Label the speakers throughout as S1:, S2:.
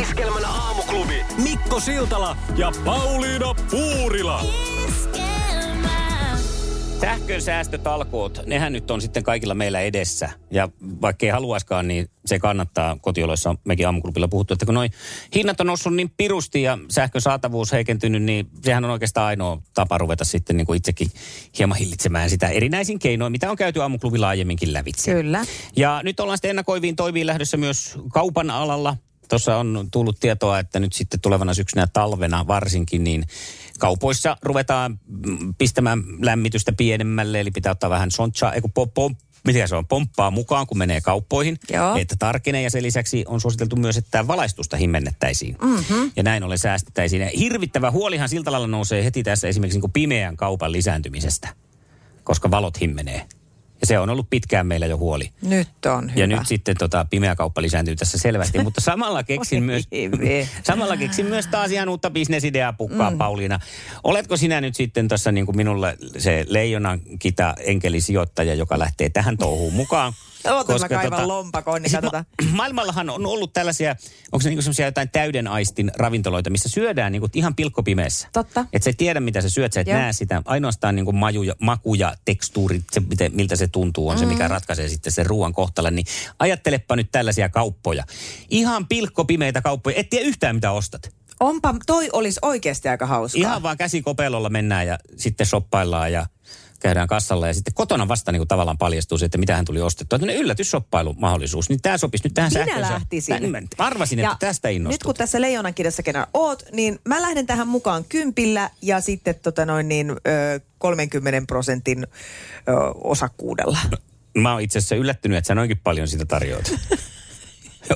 S1: Iskelmän aamuklubi.
S2: Mikko Siltala ja Pauliina Puurila.
S3: Sähkön säästötalkoot, nehän nyt on sitten kaikilla meillä edessä. Ja vaikka ei haluaiskaan, niin se kannattaa kotioloissa. Mekin aamuklubilla puhuttu, että kun noin hinnat on noussut niin pirusti ja sähkön saatavuus heikentynyt, niin sehän on oikeastaan ainoa tapa ruveta sitten niin kuin itsekin hieman hillitsemään sitä erinäisin keinoin, mitä on käyty aamuklubilla aiemminkin lävitse.
S4: Kyllä.
S3: Ja nyt ollaan sitten ennakoiviin toimiin lähdössä myös kaupan alalla. Tuossa on tullut tietoa, että nyt sitten tulevana syksynä ja talvena varsinkin, niin kaupoissa ruvetaan mm, pistämään lämmitystä pienemmälle, eli pitää ottaa vähän sonchaa, eiku pom, pom, mitä se on, pomppaa mukaan, kun menee kauppoihin,
S4: Joo.
S3: että tarkenee. Ja sen lisäksi on suositeltu myös, että valaistusta himmennettäisiin. Mm-hmm. Ja näin ollen säästettäisiin. Ja hirvittävä huolihan siltä lailla nousee heti tässä esimerkiksi niin kuin pimeän kaupan lisääntymisestä, koska valot himmenee. Ja se on ollut pitkään meillä jo huoli.
S4: Nyt on hyvä.
S3: Ja nyt sitten tota, pimeä kauppa lisääntyy tässä selvästi, mutta samalla keksin myös,
S4: Oi vie.
S3: samalla keksin myös taas ihan uutta bisnesideaa pukkaa, mm. Pauliina. Oletko sinä nyt sitten tässä niin kuin minulle se leijonan kita enkelisijoittaja, joka lähtee tähän touhuun mukaan?
S4: Oota, mä kaivan lompakon, niin
S3: Siis
S4: katsotaan.
S3: Ma- maailmallahan on ollut tällaisia, onko se niin semmoisia jotain täydenaistin ravintoloita, missä syödään niin kuin ihan pilkkopimeessä.
S4: Totta.
S3: Et sä et tiedä, mitä sä syöt, sä et
S4: Joo.
S3: näe sitä. Ainoastaan niin kuin maju ja, maku ja tekstuuri, se, miten, miltä se tuntuu, on mm. se, mikä ratkaisee sitten sen ruoan kohtalon. Niin ajattelepa nyt tällaisia kauppoja. Ihan pilkkopimeitä kauppoja, et tiedä yhtään mitä ostat.
S4: Onpa, toi olisi oikeasti aika hauskaa.
S3: Ihan vaan käsikopelolla mennään ja sitten shoppaillaan ja käydään kassalla ja sitten kotona vasta niin kuin tavallaan paljastuu se, että mitä hän tuli ostettua. Tämmöinen yllätysshoppailumahdollisuus, niin tämä sopisi nyt tähän
S4: Minä
S3: sähköön.
S4: lähtisin.
S3: Mä arvasin, niin, että tästä
S4: Nyt
S3: innostut.
S4: kun tässä leijonan kirjassa kenä oot, niin mä lähden tähän mukaan kympillä ja sitten tota noin niin, ö, 30 prosentin ö, osakkuudella.
S3: No. Mä oon itse asiassa yllättynyt, että sä noinkin paljon sitä tarjoat.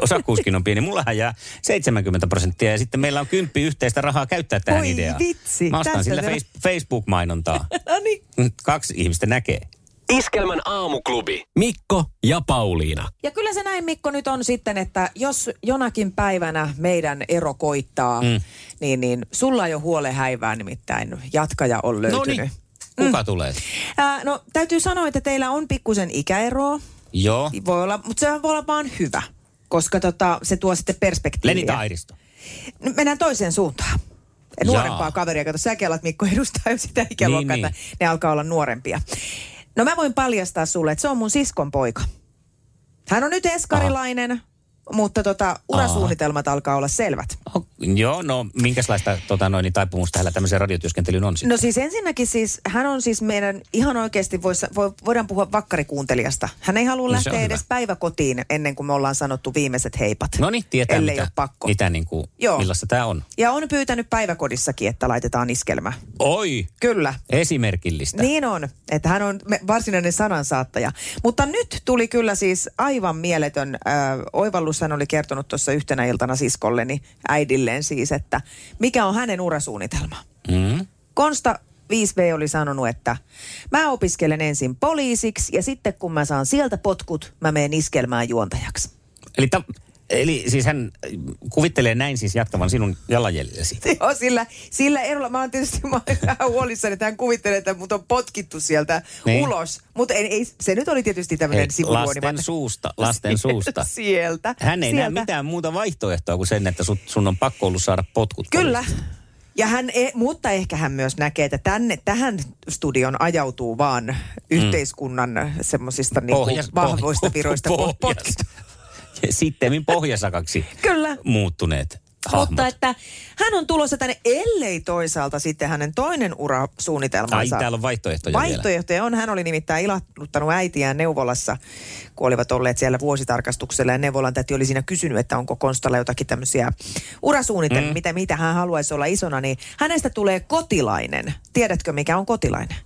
S3: Osakkuuskin on pieni. Mullahan jää 70 prosenttia ja sitten meillä on kymppi yhteistä rahaa käyttää tähän
S4: Voi
S3: ideaan.
S4: vitsi,
S3: Mä ostan
S4: tästä
S3: sillä
S4: se on.
S3: face- Facebook-mainontaa.
S4: no niin.
S3: Kaksi ihmistä näkee.
S1: Iskelmän aamuklubi.
S2: Mikko ja Pauliina.
S4: Ja kyllä se näin Mikko nyt on sitten, että jos jonakin päivänä meidän ero koittaa, mm. niin, niin sulla ei ole huole häivää nimittäin. Jatkaja on löytynyt.
S3: No niin, kuka tulee?
S4: Ää, no täytyy sanoa, että teillä on pikkusen ikäeroa,
S3: Joo,
S4: Niin voi olla, mutta se voi olla vaan hyvä, koska tota, se tuo sitten perspektiiviä.
S3: Lenita Airisto.
S4: Nyt mennään toiseen suuntaan.
S3: Jaa.
S4: Nuorempaa kaveria, kato säkin alat Mikko edustaa jo sitä ikäluokkaa,
S3: Niin,
S4: niin,
S3: niin.
S4: niin. ne alkaa olla nuorempia. No mä voin paljastaa sulle, että se on mun siskon poika. Hän on nyt
S3: Ah.
S4: eskarilainen, Aha. mutta tota, urasuunnitelmat Aha. alkaa olla selvät.
S3: Oh, joo, no minkälaista tota, noin, niin taipumusta hänellä tämmöiseen radiotyöskentelyyn on sitten?
S4: No siis ensinnäkin siis, hän on siis meidän, ihan oikeasti vois, voi, voidaan puhua vakkarikuuntelijasta. Hän ei halua
S3: No se
S4: lähteä
S3: on
S4: edes
S3: hyvä.
S4: päiväkotiin ennen kuin me ollaan sanottu viimeiset heipat.
S3: No niin, tietää
S4: ellei
S3: mitä,
S4: ole pakko.
S3: mitä niin kuin,
S4: Joo.
S3: millaista tämä on.
S4: Ja on pyytänyt päiväkodissakin, että laitetaan iskelmä.
S3: Oi,
S4: Kyllä.
S3: esimerkillistä.
S4: Niin on, että hän on me- varsinainen sanansaattaja. Mutta nyt tuli kyllä siis aivan mieletön äh, oivallus. Hän oli kertonut tuossa yhtenä iltana siskolleni, äidilleen siis, että mikä on hänen urasuunnitelma.
S3: Mm.
S4: Konsta 5V oli sanonut, että mä opiskelen ensin poliisiksi ja sitten kun mä saan sieltä potkut, mä menen iskelmään juontajaksi.
S3: Eli, ta, eli siis hän äh, kuvittelee näin siis jatkavan sinun jalanjäljellesi.
S4: Joo, sillä, sillä erolla mä oon tietysti mä oon vähän huolissani, että hän kuvittelee, että mut on potkittu sieltä
S3: Niin.
S4: niin. ulos. Mutta ei, ei, se nyt oli tietysti
S3: Ei,
S4: tämmöinen sivujuoni. vaan-
S3: lasten suusta, lasten suusta.
S4: Sieltä.
S3: Hän ei
S4: sieltä.
S3: näe mitään muuta vaihtoehtoa kuin sen, että sut, sun on pakko ollut saada potkut.
S4: Kyllä. Niin Ja hän, e, mutta ehkä hän myös näkee, että tänne, tähän studion ajautuu vaan
S3: Mm.
S4: yhteiskunnan semmoisista niinku
S3: Pohjas- pohj-
S4: vahvoista viroista
S3: pohjas-
S4: po- potkit.
S3: Ja sittemmin pohjasakaksi
S4: Kyllä.
S3: muuttuneet hahmot.
S4: Mutta että hän on tulossa tänne, ellei toisaalta sitten hänen toinen
S3: Ai,
S4: urasuunnitelmansa.
S3: täällä on vaihtoehtoja vielä.
S4: Vaihtoehtoja on. Hän oli nimittäin ilahduttanut äitiään neuvolassa, kun olivat olleet siellä vuositarkastuksella. Ja neuvolan täti oli siinä kysynyt, että onko Konstalla jotakin tämmöisiä urasuunnitelmia, mm. mitä, mitä hän haluaisi olla isona. Niin hänestä tulee kotilainen. Tiedätkö, mikä on kotilainen?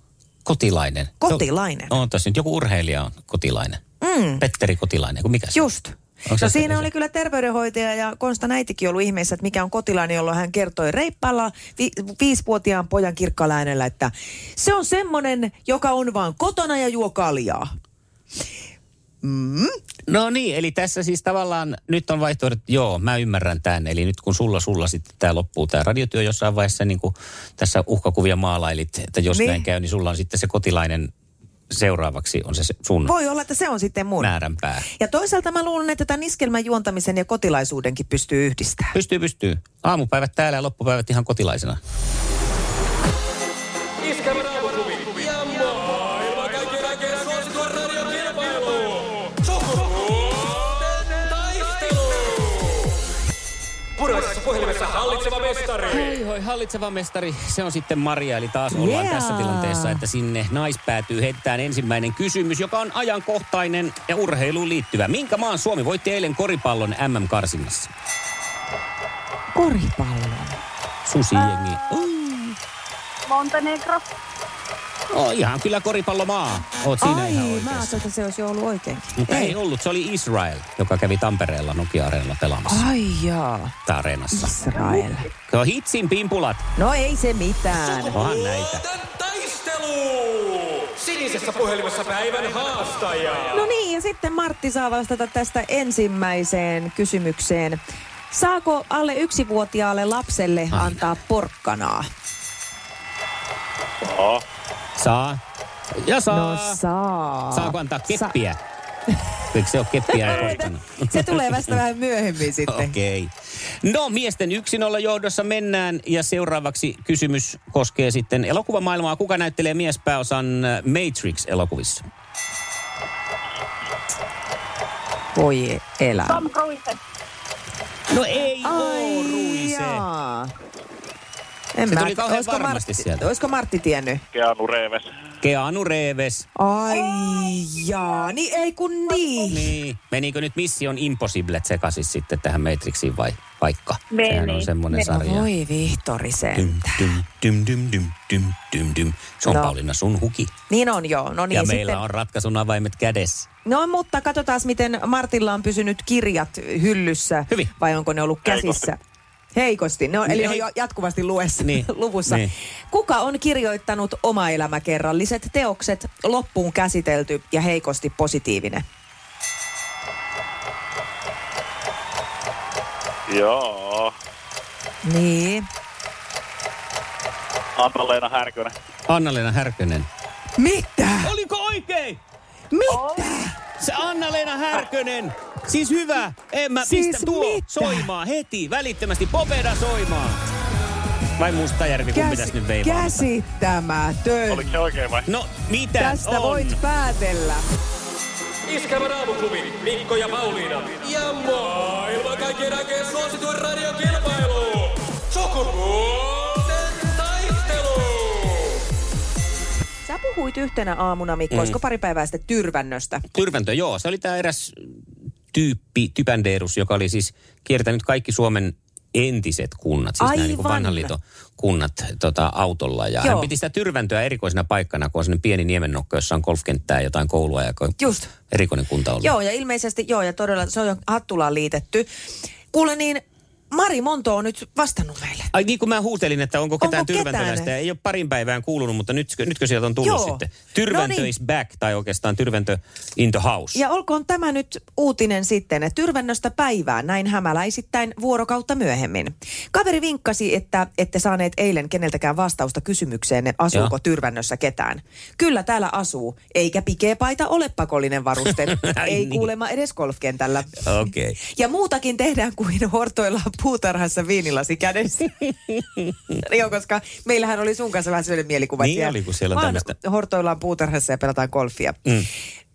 S3: Kotilainen.
S4: Kotilainen.
S3: No, on tässä nyt joku urheilija on kotilainen. Mm. Petteri Kotilainen, kun mikä se on?
S4: Just.
S3: Onko
S4: no
S3: se
S4: siinä
S3: se-
S4: oli kyllä terveydenhoitaja ja Konsta näitikin ollut ihmeessä, että mikä on kotilainen, jolloin hän kertoi reippaalla vi- viisivuotiaan pojan kirkkaalla äänellä, että se on semmonen, joka on vaan kotona ja juo kaljaa.
S3: No niin, eli tässä siis tavallaan nyt on vaihtoehdot, joo, mä ymmärrän tämän. Eli nyt kun sulla sulla sitten tämä loppuu, tämä radiotyö jossain vaiheessa, niin kuin tässä uhkakuvia maalailit, että jos niin.
S4: Niin.
S3: näin käy, niin sulla on sitten se kotilainen seuraavaksi on se se sun
S4: Voi olla, että se on sitten mun.
S3: määränpää.
S4: Ja toisaalta mä luulen, että tämän iskelmän juontamisen ja kotilaisuudenkin pystyy yhdistämään.
S3: Pystyy, pystyy. Aamupäivät täällä ja loppupäivät ihan kotilaisena.
S1: Iskelmän aamuklubi. Ja maailman kaikkien aikeen suosituen radiokilpailu. Sukupuolten taistelu. Puraisessa puhelimessa hallitseva mestari.
S3: Hoi hoi, hallitseva mestari, se on sitten Maria, eli taas ollaan
S4: Yeah.
S3: yeah. tässä tilanteessa, että sinne naispäätyy heitetään ensimmäinen kysymys, joka on ajankohtainen ja urheiluun liittyvä. Minkä maan Suomi voitti eilen koripallon MM-karsinnassa?
S4: Koripallo.
S3: Susijengi.
S5: Montenegro.
S3: Oh, ihan kyllä koripallomaa. Oot siinä
S4: Ai,
S3: ihan
S4: mä
S3: oikeassa.
S4: ajattelin, että se olisi jo ollut oikeinkin.
S3: Mutta ei ollut, se oli Israel, joka kävi Tampereella Nokia-areenalla pelaamassa.
S4: Ai jaa,
S3: Ah. Areenassa.
S4: Israel.
S3: Se on hitsin pimpulat.
S4: No ei se mitään.
S3: Onhan näitä.
S1: taistelu. Sinisessä puhelimessa päivän haastaja.
S4: No niin, ja sitten Martti saa vastata tästä ensimmäiseen kysymykseen. Saako alle yksivuotiaalle lapselle Aina. antaa porkkanaa?
S3: Saa. Ja saa.
S4: No saa.
S3: Saako antaa keppiä? Eikö se ole keppiä? ja porkkana?
S4: Se tulee vasta vähän myöhemmin sitten.
S3: Okei. Okay. No miesten yksin olla johdossa mennään ja seuraavaksi kysymys koskee sitten elokuvamaailmaa. Kuka näyttelee miespääosan äh, Matrix-elokuvissa?
S4: Voi elää.
S5: Tom Cruise.
S3: No ei oo,
S4: Ai
S3: Ruise.
S4: jaa. En
S3: Se
S4: mä,
S3: tuli kauhean
S4: olisiko
S3: varmasti
S4: Martti,
S3: sieltä.
S4: Olisiko Martti tiennyt?
S6: Keanu Reeves.
S3: Keanu Reeves.
S4: Ai jaa, niin ei kun niin.
S3: Niin. Menikö nyt Mission Impossible sekaisin sitten tähän Matrixiin vai paikka?
S5: Meni.
S3: Sehän on semmoinen
S5: Meni.
S3: sarja.
S4: Voi Vihtori
S3: Dym,
S4: sen.
S3: dym, dym, dym, dym, dym, dym, dym. Se on
S4: No.
S3: no. Pauliina sun huki.
S4: Niin on joo. No niin,
S3: ja meillä
S4: sitten...
S3: on ratkaisun avaimet kädessä.
S4: No mutta katsotaan, miten Martilla on pysynyt kirjat hyllyssä.
S3: Hyvin.
S4: Vai onko ne ollut käsissä? Heikosti. Heikosti. No, eli
S3: Niin,
S4: ne on
S3: hei-
S4: jo jatkuvasti luessa, niin.
S3: Niin,
S4: luvussa. Niin.
S3: niin.
S4: Kuka on kirjoittanut oma elämäkerralliset teokset loppuun käsitelty ja heikosti positiivinen?
S6: Joo.
S4: Niin.
S6: Anna-Leena Härkönen.
S3: Anna-Leena Härkönen.
S4: Mitä?
S3: Oliko oikein?
S4: Mitä?
S3: Se Anna-Leena Härkönen. Siis hyvä. En mä
S4: Siis
S3: pistä tuo
S4: mitä?
S3: soimaan heti, välittömästi. Popeda soimaan. Vai Mustajärvi, kun pitäisi nyt veivaa.
S4: käsittämätön.
S6: Oliko se oikein vai?
S3: No, mitä
S4: Tästä
S3: on?
S4: voit päätellä.
S1: Iskelmän aamuklubi. Mikko ja Pauliina. Ja maailman kaikkien aikeen suosituen radiokilpailu. Sukupuolten taistelu.
S4: Sä puhuit yhtenä aamuna, Mikko, mm. olisiko pari päivää sitten tyrvännöstä?
S3: Tyrväntö, joo. Se oli tämä eräs tyyppi, Typändeerus, joka oli siis kiertänyt kaikki Suomen entiset kunnat, siis nämä niin kuin
S4: Aivan.
S3: vanhan liiton kunnat tota, autolla. Ja
S4: Joo.
S3: hän piti sitä tyrväntöä erikoisena paikkana, kun on sellainen pieni niemennokka, jossa on golfkenttää ja jotain koulua ja ko-
S4: Just.
S3: erikoinen kunta ollut.
S4: Joo, ja ilmeisesti, joo, ja todella se on jo Hattulaan liitetty. Kuule niin, Mari Monto on nyt vastannut meille.
S3: Ai niin kuin mä huutelin, että onko ketään
S4: Onko ketään?
S3: tyrväntöläistä. Ei ole parin päivään kuulunut, mutta nyt, nytkö sieltä on tullut
S4: Joo.
S3: sitten? Tyrväntö
S4: No niin.
S3: is back, tai oikeastaan tyrväntö in the house.
S4: Ja olkoon tämä nyt uutinen sitten, että tyrvännöstä päivää näin hämäläisittäin vuorokautta myöhemmin. Kaveri vinkkasi, että ette saaneet eilen keneltäkään vastausta kysymykseen, asuuko
S3: Joo.
S4: tyrvännössä ketään. Kyllä täällä asuu, eikä pikeä paita ole pakollinen varuste,
S3: Ai
S4: ei
S3: niin.
S4: kuulema edes golfkentällä.
S3: Okei. Okay.
S4: Ja muutakin tehdään kuin hortoillaan puutarhassa viinilasi kädessä. Joo, koska meillähän oli sun kanssa vähän sellainen mielikuva. että
S3: Niin oli, kun siellä on
S4: vaan
S3: tämmöistä.
S4: hortoillaan puutarhassa ja pelataan golfia. Mm.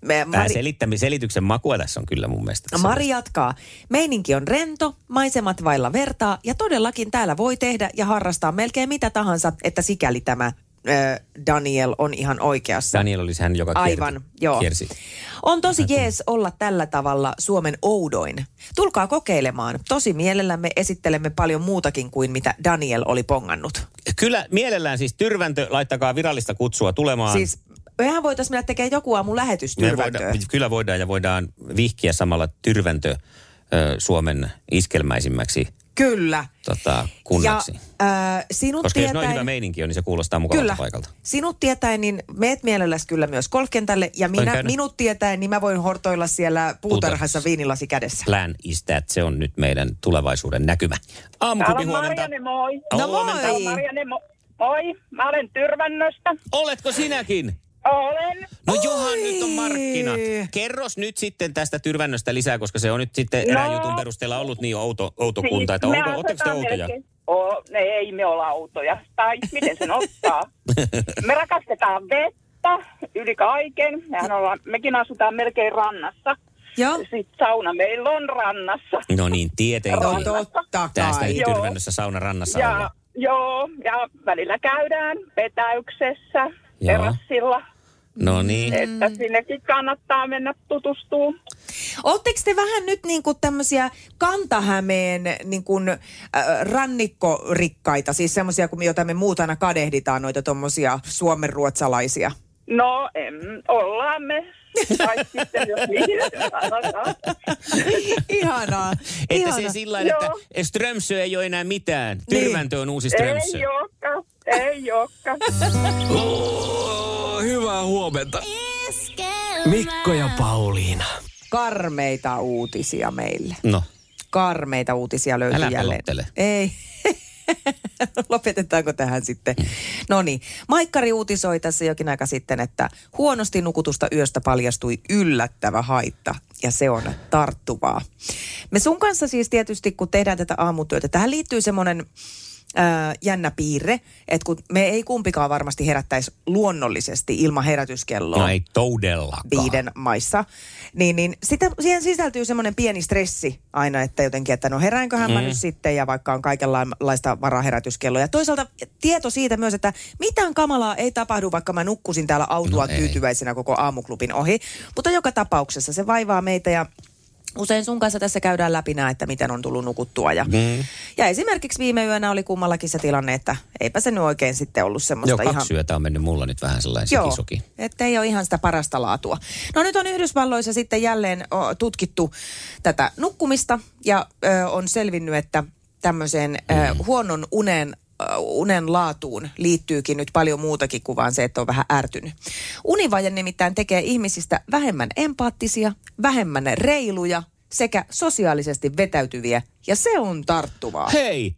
S4: Me,
S3: Tämä
S4: Mari, No,
S3: selittämi- selityksen makua tässä on kyllä mun mielestä. tässä
S4: Mari jatkaa. Meininki on rento, maisemat vailla vertaa ja todellakin täällä voi tehdä ja harrastaa melkein mitä tahansa, että sikäli tämä äh, Daniel on ihan oikeassa.
S3: Daniel oli se hän, joka kierti,
S4: Aivan, joo.
S3: kiersi.
S4: On tosi jees olla tällä tavalla Suomen oudoin. Tulkaa kokeilemaan. Tosi mielellämme esittelemme paljon muutakin kuin mitä Daniel oli pongannut.
S3: Kyllä mielellään siis Tyrväntö, laittakaa virallista kutsua tulemaan.
S4: Siis mehän voitaisiin mennä tekemään joku aamu
S3: Me
S4: lähetystyrväntöä.
S3: voidaan, kyllä voidaan ja voidaan vihkiä samalla Tyrväntö ö, Suomen iskelmäisimmäksi
S4: Kyllä.
S3: tota, kunnaksi.
S4: Ja äh, sinut
S3: Koska jos
S4: tietäen...
S3: noin hyvä meininki on, niin se kuulostaa mukavalta
S4: Kyllä.
S3: paikalta.
S4: Sinut tietäen, niin meet mielelläsi kyllä myös golfkentälle. Ja
S3: Voin
S4: minä,
S3: käydä.
S4: minut tietäen, niin mä voin hortoilla siellä puutarhassa
S3: Puutarhassa.
S4: viinilasi kädessä.
S3: Plan is that. Se on nyt meidän tulevaisuuden näkymä. Aamuklubi
S5: Täällä on
S3: huomenta.
S5: Marjanne, moi.
S3: No
S5: Täällä on
S4: moi.
S5: Marjanne, mo- moi. Mä olen Tyrvännöstä.
S3: Oletko sinäkin?
S5: Olen.
S3: No
S4: Oi!
S3: johan nyt on markkinat. Kerros nyt sitten tästä tyrvännöstä lisää, koska se on nyt sitten
S5: No.
S3: erään jutun perusteella ollut niin outo, outo kunta. Että
S5: siis me
S3: onko, ootteko te
S5: asetaan
S3: outoja?
S5: melkein- Oo, ne ei me olla outoja. Tai miten sen ottaa? me rakastetaan vettä yli kaiken. Mehän ollaan, mekin asutaan melkein rannassa.
S4: Joo.
S5: Sitten sauna meillä on rannassa.
S3: No niin, tietenkin.
S4: No totta
S3: Tästä
S4: kai.
S5: Joo.
S3: tyrvännössä saunarannassa
S5: Ja,
S3: olla.
S5: joo, ja välillä käydään petäyksessä,
S3: Joo.
S5: terassilla.
S3: No niin.
S5: Että sinnekin kannattaa mennä tutustua.
S4: Oletteko te vähän nyt niin kuin tämmöisiä Kantahämeen niin kuin, äh, rannikkorikkaita, siis semmoisia, kun me- joita me muut aina kadehditaan, noita tommosia suomenruotsalaisia?
S5: No, em, ollaan me. Tai sitten jos niin sanotaan.
S4: Ihanaa.
S3: Että
S4: ihana.
S3: se siis sillä lailla,
S5: Joo.
S3: että Strömsö ei ole enää mitään.
S4: Niin.
S3: Tyrväntö on uusi Strömsö.
S5: Ei olekaan, ei olekaan.
S1: Hyvää huomenta. Mikko ja Pauliina.
S4: Karmeita uutisia meille.
S3: No,
S4: Karmeita uutisia löytyy
S3: Älä
S4: jälleen.
S3: pelottele.
S4: Ei. Lopetetaanko tähän sitten? No niin. Maikkari uutisoi tässä jokin aika sitten, että huonosti nukutusta yöstä paljastui yllättävä haitta ja se on tarttuvaa. Me sun kanssa siis tietysti, kun tehdään tätä aamutyötä, tähän liittyy semmoinen äh, jännä piirre, että kun me ei kumpikaan varmasti herättäisi luonnollisesti ilman herätyskelloa
S3: no ei todellakaan.
S4: viiden maissa, niin, niin sitä, siihen sisältyy semmoinen pieni stressi aina, että jotenkin, että no heräänkö mm. mä nyt sitten ja vaikka on kaikenlaista varaherätyskelloja. Toisaalta tieto siitä myös, että mitään kamalaa ei tapahdu, vaikka mä nukkusin täällä autua
S3: No
S4: no
S3: ei.
S4: tyytyväisenä koko aamuklubin ohi, mutta joka tapauksessa se vaivaa meitä ja Usein sun kanssa tässä käydään läpi nää, että miten on tullut nukuttua. Ja, mm. ja esimerkiksi viime yönä oli kummallakin se tilanne, että eipä se nyt oikein sitten ollut semmoista
S3: Joo, kaksi
S4: ihan
S3: yötä on mennyt mulla nyt vähän sellainen sikisuki.
S4: että ei ole ihan sitä parasta laatua. No nyt on Yhdysvalloissa sitten jälleen o, tutkittu tätä nukkumista ja ö, on selvinnyt, että tämmöiseen ö, huonon unen ö, unen laatuun liittyykin nyt paljon muutakin kuin vaan se, että on vähän ärtynyt. Univaje nimittäin tekee ihmisistä vähemmän empaattisia, vähemmän reiluja sekä sosiaalisesti vetäytyviä ja se on tarttuvaa.
S3: Hei!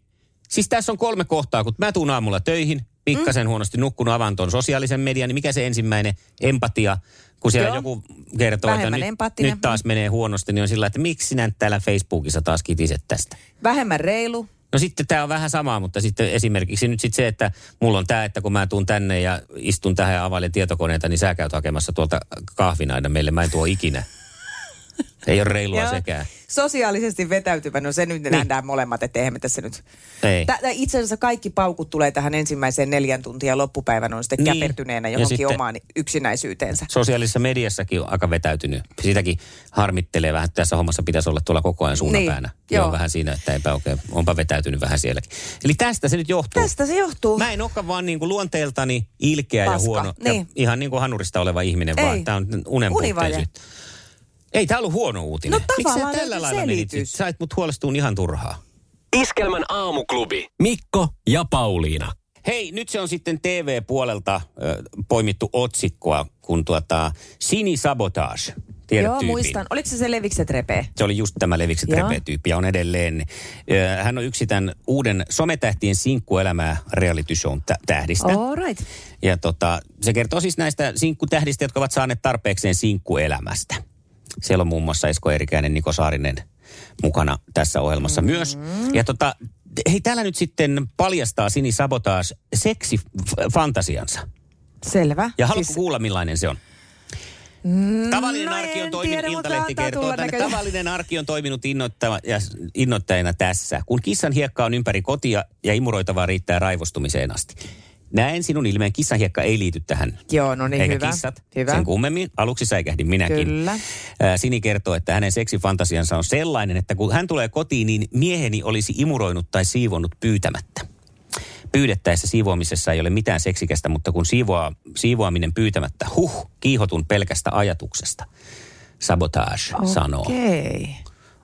S3: Siis tässä on kolme kohtaa, kun mä tuun aamulla töihin,
S4: Mm.
S3: pikkasen huonosti nukkunut avantoon sosiaalisen median, niin mikä se ensimmäinen? Empatia. Kun siellä Joo.
S4: Joo.
S3: joku kertoo,
S4: Vähemmän
S3: että nyt,
S4: empaattinen.
S3: nyt taas menee huonosti, niin on sillä että miksi sinä nyt täällä Facebookissa taas kitiset tästä?
S4: Vähemmän reilu,
S3: No sitten tämä on vähän samaa, mutta sitten esimerkiksi nyt sitten se, että mulla on tämä, että kun mä tuun tänne ja istun tähän ja availen tietokoneita, niin sä käyt hakemassa tuolta kahvin aina meille, mä en tuo ikinä. Ei ole reilua
S4: Joo.
S3: sekään.
S4: Sosiaalisesti vetäytyvä, no se nyt niin. nähdään molemmat, että eihän me tässä nyt...
S3: Ei.
S4: Tä, tä- itse asiassa kaikki paukut tulee tähän ensimmäiseen neljän tuntia ja loppupäivän on sitten
S3: Niin.
S4: niin. käpertyneenä
S3: Ja
S4: johonkin
S3: sitten-
S4: sitten... omaan yksinäisyyteensä.
S3: sosiaalisessa mediassakin on aika vetäytynyt. Sitäkin harmittelee vähän, että tässä hommassa pitäisi olla tuolla koko ajan suunapäänä. Niin,
S4: Niin,
S3: joo.
S4: joo.
S3: vähän siinä, että eipä oikein, onpa vetäytynyt vähän sielläkin. Eli tästä se nyt johtuu.
S4: Tästä se johtuu.
S3: Mä en olekaan vaan niin kuin luonteeltani ilkeä
S4: Paska,
S3: ja huono. Ja
S4: niin.
S3: ihan niin kuin hanurista oleva ihminen, Ei. vaan
S4: Ei.
S3: tämä on unen
S4: Univaje.
S3: puutteellisuutta. Ei tämä ollut huono uutinen.
S4: No
S3: Miksi sä
S4: tavallaan
S3: tällä
S4: löytyi
S3: lailla menit?
S4: selitys.
S3: Sä et mut huolestuun ihan turhaa.
S1: Iskelmän aamuklubi.
S2: Mikko ja Pauliina.
S3: Hei, nyt se on sitten TV-puolelta ö, poimittu otsikkoa, kun tuota Sini Sabotage. Tiedät
S4: Joo,
S3: tyypin.
S4: muistan. Oliko se se levikset repee?
S3: Se oli just tämä Levikset
S4: Joo.
S3: tyyppi ja on edelleen. Ö, Hän on yksi tämän uuden sometähtien sinkkuelämää reality shown tä- tähdistä.
S4: All right.
S3: Ja tota, se kertoo siis näistä sinkkutähdistä, jotka ovat saaneet tarpeekseen sinkkuelämästä. Siellä on muun muassa Esko Erikäinen, Niko Saarinen mukana tässä ohjelmassa mm-hmm. myös. Ja tota, hei täällä nyt sitten paljastaa Sini Sabotaas seksifantasiansa.
S4: Selvä.
S3: Ja haluatko siis... kuulla millainen se on? Tavallinen
S4: no
S3: arki on
S4: en
S3: toiminut,
S4: tiedä, mutta
S3: Iltalehti
S4: antaa
S3: kertoo
S4: tulla
S3: tänne.
S4: näköjään.
S3: Tavallinen arki on toiminut innoittava- ja s- innoittajana tässä, kun kissan hiekka on ympäri kotia ja imuroitavaa riittää raivostumiseen asti. Näen sinun ilmeen, kissan hiekka ei liity tähän.
S4: Joo, no niin,
S3: Eikä
S4: hyvä.
S3: kissat.
S4: Hyvä.
S3: Sen kummemmin. Aluksi säikähdin minäkin.
S4: Kyllä.
S3: Ää, Sini kertoo, että hänen seksifantasiansa on sellainen, että kun hän tulee kotiin, niin mieheni olisi imuroinut tai siivonnut pyytämättä. Pyydettäessä siivoamisessa ei ole mitään seksikästä, mutta kun siivoa, siivoaminen pyytämättä, huh, kiihotun pelkästä ajatuksesta. Sabotage okay. sanoo.
S4: Okei.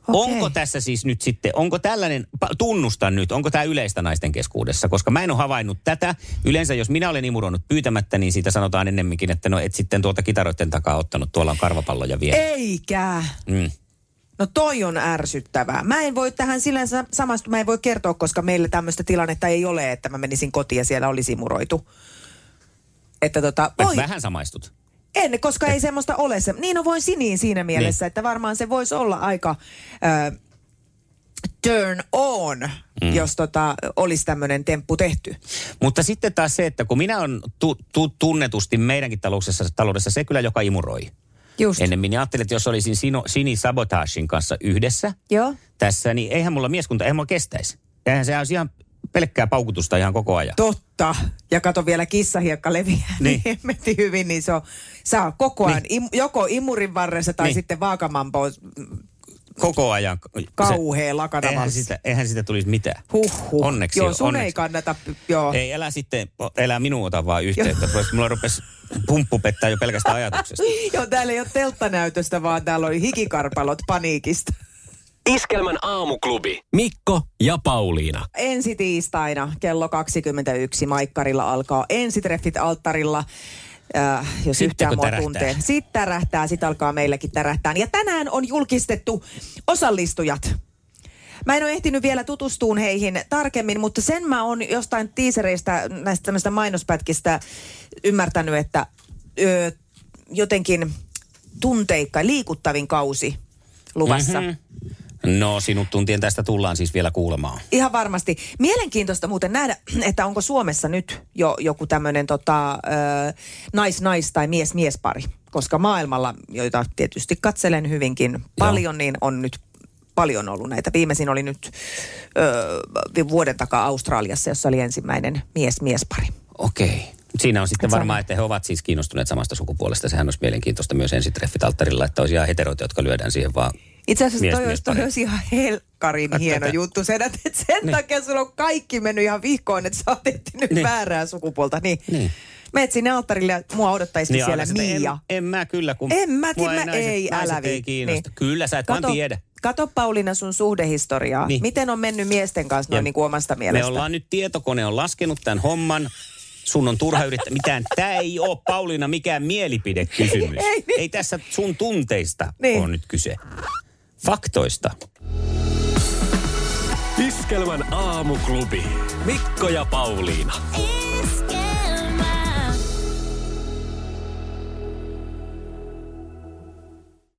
S3: Okay. Onko tässä siis nyt sitten, onko tällainen, pa- tunnustan nyt, onko tämä yleistä naisten keskuudessa? Koska mä en ole havainnut tätä. Yleensä jos minä olen imuroinut pyytämättä, niin siitä sanotaan ennemminkin, että no et sitten tuolta kitaroiden takaa ottanut, tuolla on karvapalloja vielä.
S4: Eikä.
S3: Mm.
S4: No toi on ärsyttävää. Mä en voi tähän sillänsä samasta, mä en voi kertoa, koska meillä tämmöistä tilannetta ei ole, että mä menisin kotiin ja siellä olisi muroitu. Että tota,
S3: Et
S4: voi,
S3: vähän samaistut.
S4: en, koska ei semmoista ole. Se, niin no voin siniin siinä mielessä, niin. että varmaan se voisi olla aika ö, turn on, mm. jos tota, olisi tämmöinen temppu tehty.
S3: Mutta sitten taas se, että kun minä on tu, tu, tunnetusti meidänkin talouksessa, taloudessa se kyllä, joka imuroi.
S4: Just.
S3: Ennemmin niin ajattelin, että jos olisin sino, Sini Sabotagein kanssa yhdessä
S4: Joo.
S3: tässä, niin eihän mulla mieskunta, eihän mulla kestäisi. Eihän se olisi ihan pelkkää paukutusta ihan koko ajan.
S4: Totta. Ja kato vielä kissahiekka leviää niin.
S3: Niin.
S4: hemmetin hyvin, niin se on, saa koko ajan niin. im, joko imurin varressa tai niin.
S3: Niin.
S4: sitten vaakamampo
S3: koko ajan. Se-
S4: kauhea
S3: eihän
S4: lakanavalssi.
S3: sitä, eihän sitä tulisi mitään.
S4: Huhhuh.
S3: Onneksi
S4: Joo,
S3: on,
S4: sun
S3: onneksi.
S4: ei kannata, joo.
S3: Ei, älä sitten, älä minuun ota vaan yhteyttä, koska mulla rupesi pumppu pettää jo pelkästään ajatuksesta.
S4: Joo, täällä ei ole telttanäytöstä, vaan täällä on hikikarpalot paniikista.
S1: Iskelmän aamuklubi.
S2: Mikko ja Pauliina.
S4: Ensi tiistaina kello 21 Maikkarilla alkaa ensitreffit alttarilla. Äh, jos
S3: Sitten
S4: yhtään
S3: kun
S4: mua
S3: tärähtää.
S4: tuntee. Sitten tärähtää, sitten alkaa meilläkin tärähtää. Ja tänään on julkistettu osallistujat. Mä en ole ehtinyt vielä tutustuun heihin tarkemmin, mutta sen mä oon jostain tiisereistä, näistä tämmöistä mainospätkistä ymmärtänyt, että ö, jotenkin tunteikka, liikuttavin kausi luvassa.
S3: Mhm.
S4: Mm-hmm.
S3: No, sinut tuntien tästä tullaan siis vielä kuulemaan.
S4: Ihan varmasti. Mielenkiintoista muuten nähdä, että onko Suomessa nyt jo joku tämmöinen tota, ö, nais-nais tai mies-miespari. Koska maailmalla, joita tietysti katselen hyvinkin paljon, niin on nyt paljon ollut näitä. Viimeisin oli nyt ö, vuoden takaa Australiassa, jossa oli ensimmäinen mies-miespari.
S3: Okei. Siinä on sitten
S4: Et se on-
S3: varmaan, että he ovat siis kiinnostuneet samasta sukupuolesta. Sehän olisi mielenkiintoista myös ensitreffitалтtarilla, että olisi ihan heteroita, jotka lyödään siihen vaan.
S4: Itse asiassa
S3: Mies-
S4: toi, olisi, toi
S3: miespari.
S4: olisi ihan helkkarin hieno juttu. Sen, että sen takia sulla on kaikki mennyt ihan vihkoon, että sä oot etsinyt
S3: Niin.
S4: väärää sukupuolta. Niin.
S3: Niin.
S4: Meet sinne alttarille ja mua odottaisikin niin, siellä
S3: alkaisin, että
S4: Mia.
S3: En, en mä kyllä, kun
S4: En mä,
S3: mua
S4: tii- mä
S3: naiset,
S4: ei,
S3: naiset
S4: älä
S3: ei
S4: viitti.
S3: kiinnosta.
S4: Niin.
S3: Kyllä sä et vaan tiedä.
S4: Kato Pauliina sun suhdehistoriaa. Niin.
S3: Niin.
S4: Miten on mennyt miesten kanssa noin
S3: Ja
S4: niin kuin omasta
S3: Me
S4: mielestä?
S3: ollaan nyt, tietokone on laskenut tämän homman. Sun on turha yrittää mitään. Tämä ei ole, Pauliina, mikään mielipidekysymys.
S4: Ei niin.
S3: ei tässä sun tunteista
S4: Niin.
S3: niin. on nyt kyse. Faktoista.
S2: Iskelmän aamuklubi. Mikko ja Pauliina.
S7: Iskelmä.